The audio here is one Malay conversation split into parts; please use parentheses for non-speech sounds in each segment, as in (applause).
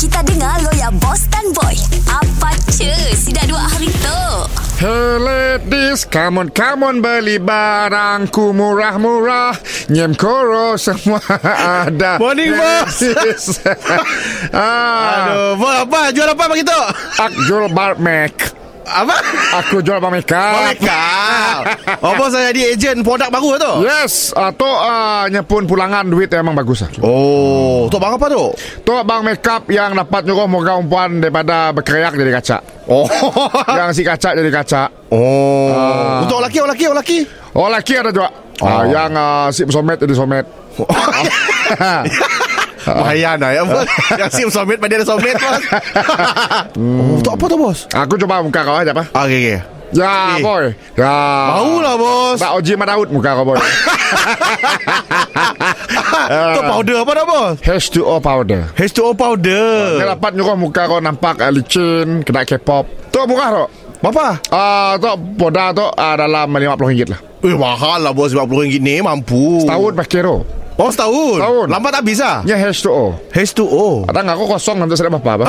Kita dengar lo ya, boss dan boy. Apa cuy? Sudah dua hari tu. Hey ladies, come on, come on beli barangku murah-murah. Nyem koro (laughs) semua ada. Morning, boss. Yes. (laughs) ah, Aduh, Bos, apa? Jual apa bagi tu? aku jual barmek. Apa? Aku jual barmek. Kau. Oh, bos saya jadi ejen produk baru lah tu. Yes, atau uh, nyepun pulangan duit emang bagus lah. Oh, tu bang apa tu? Tu abang makeup yang dapat nyuruh moga umpuan daripada berkeriak jadi kaca. Oh. yang si kaca jadi kaca. Oh. Untuk lelaki, orang lelaki, orang lelaki. Oh laki ada juga. Ah, yang uh, si somet jadi somet. Bahaya nah ya (laughs) bos. Yang sim summit pada ada summit bos. Oh, untuk apa tu bos? Aku cuba muka kau aja apa? Ah, Okey okey. Ya, Eh. boy. Ya. Baulah lah, bos. Tak Oji Madaud oh, muka kau boy. Tu powder apa dah bos? H2O powder. H2O Dia powder. dapat nyuruh muka kau nampak uh, licin, kena K-pop. Tu murah tu. Berapa? Ah, tu poda tu ah, dalam RM50 lah. Eh mahal lah bos RM50 ni mampu Tahun pakai tu. Oh setahun Setahun. Lambat tak habis lah Nya H2O. H2O Ada ngaku kosong nanti sedap apa apa.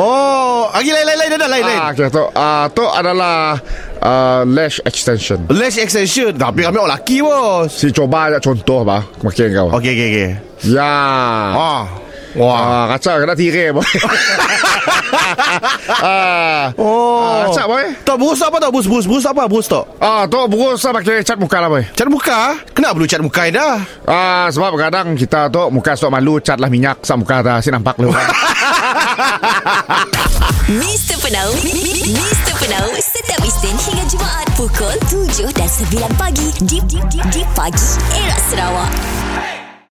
Oh Lagi lain lain lain dah dah, lain lain ah, okay, tu. Ah, tu adalah ah, lash extension. Lash extension Tapi kami orang lelaki bos Si coba aja contoh bah, makin kau. Okey okey okey Ya. Ah Oh. Wah Ah, kaca kena tirai boy. (laughs) ah, Oh Ah, acak, boy. Tak burus apa tak Burus burus burus apa Burus tak ah, tu berusaha pakai cat muka lah boy. Cat muka ah. Kenapa perlu cat muka ni dah Ah sebab kadang kita tu muka sok malu cat lah minyak sak muka dah si nampak lu. Mr. Penau, mi- mi- Mr. Penau, setiap Isnin hingga Jumaat pukul 7 dan 9 pagi di, di, di, di pagi era Sarawak.